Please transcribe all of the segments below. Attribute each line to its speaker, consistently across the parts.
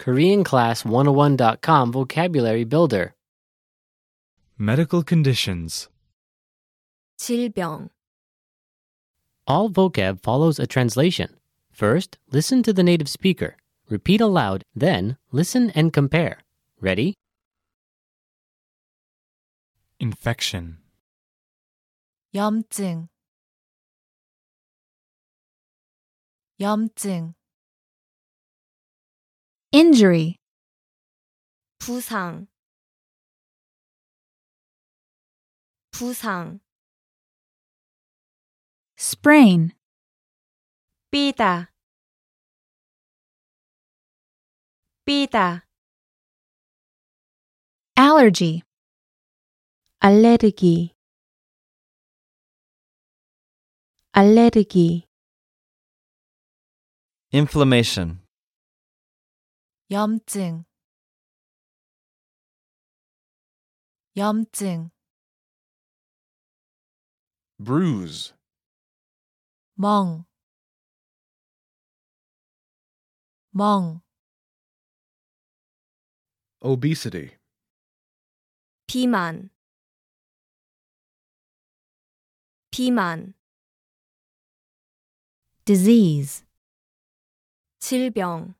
Speaker 1: KoreanClass101.com Vocabulary Builder.
Speaker 2: Medical conditions.
Speaker 3: 질병,
Speaker 1: All vocab follows a translation. First, listen to the native speaker. Repeat aloud, then, listen and compare. Ready?
Speaker 2: Infection.
Speaker 4: 염증 염증 injury
Speaker 3: 부상, 부상,
Speaker 4: sprain
Speaker 3: 삐다, 삐다,
Speaker 4: allergy
Speaker 5: 알레르기 알레르기
Speaker 6: Inflammation.
Speaker 4: 염증 염증
Speaker 7: bruise,
Speaker 4: 멍, 멍,
Speaker 7: obesity,
Speaker 3: 비만, 비만,
Speaker 4: disease,
Speaker 3: 질병,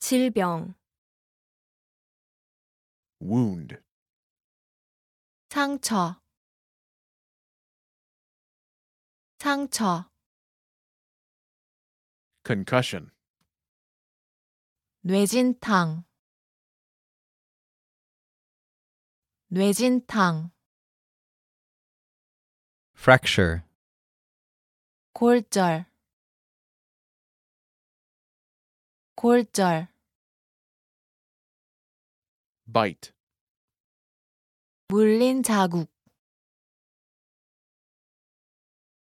Speaker 3: 질병,
Speaker 7: wound,
Speaker 4: 상처, 상처,
Speaker 7: concussion,
Speaker 4: 뇌진탕, 뇌진탕,
Speaker 6: Fracture.
Speaker 4: 골절, 골절,
Speaker 7: bite,
Speaker 4: 물린 자국,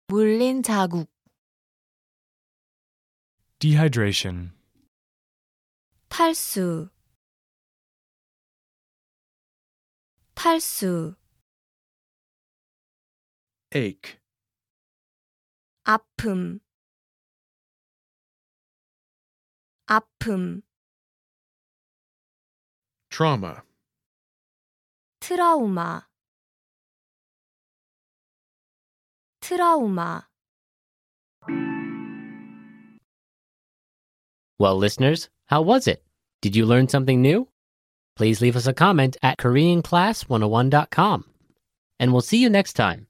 Speaker 4: 물린 자국,
Speaker 2: Dehydration.
Speaker 3: 탈수, 탈수,
Speaker 7: ache,
Speaker 3: 아픔, 아픔,
Speaker 7: trauma,
Speaker 3: 트라우마, 트라우마.
Speaker 1: Well, listeners, how was it? Did you learn something new? oh Please leave us a comment at KoreanClass101.com. And we'll see you next time.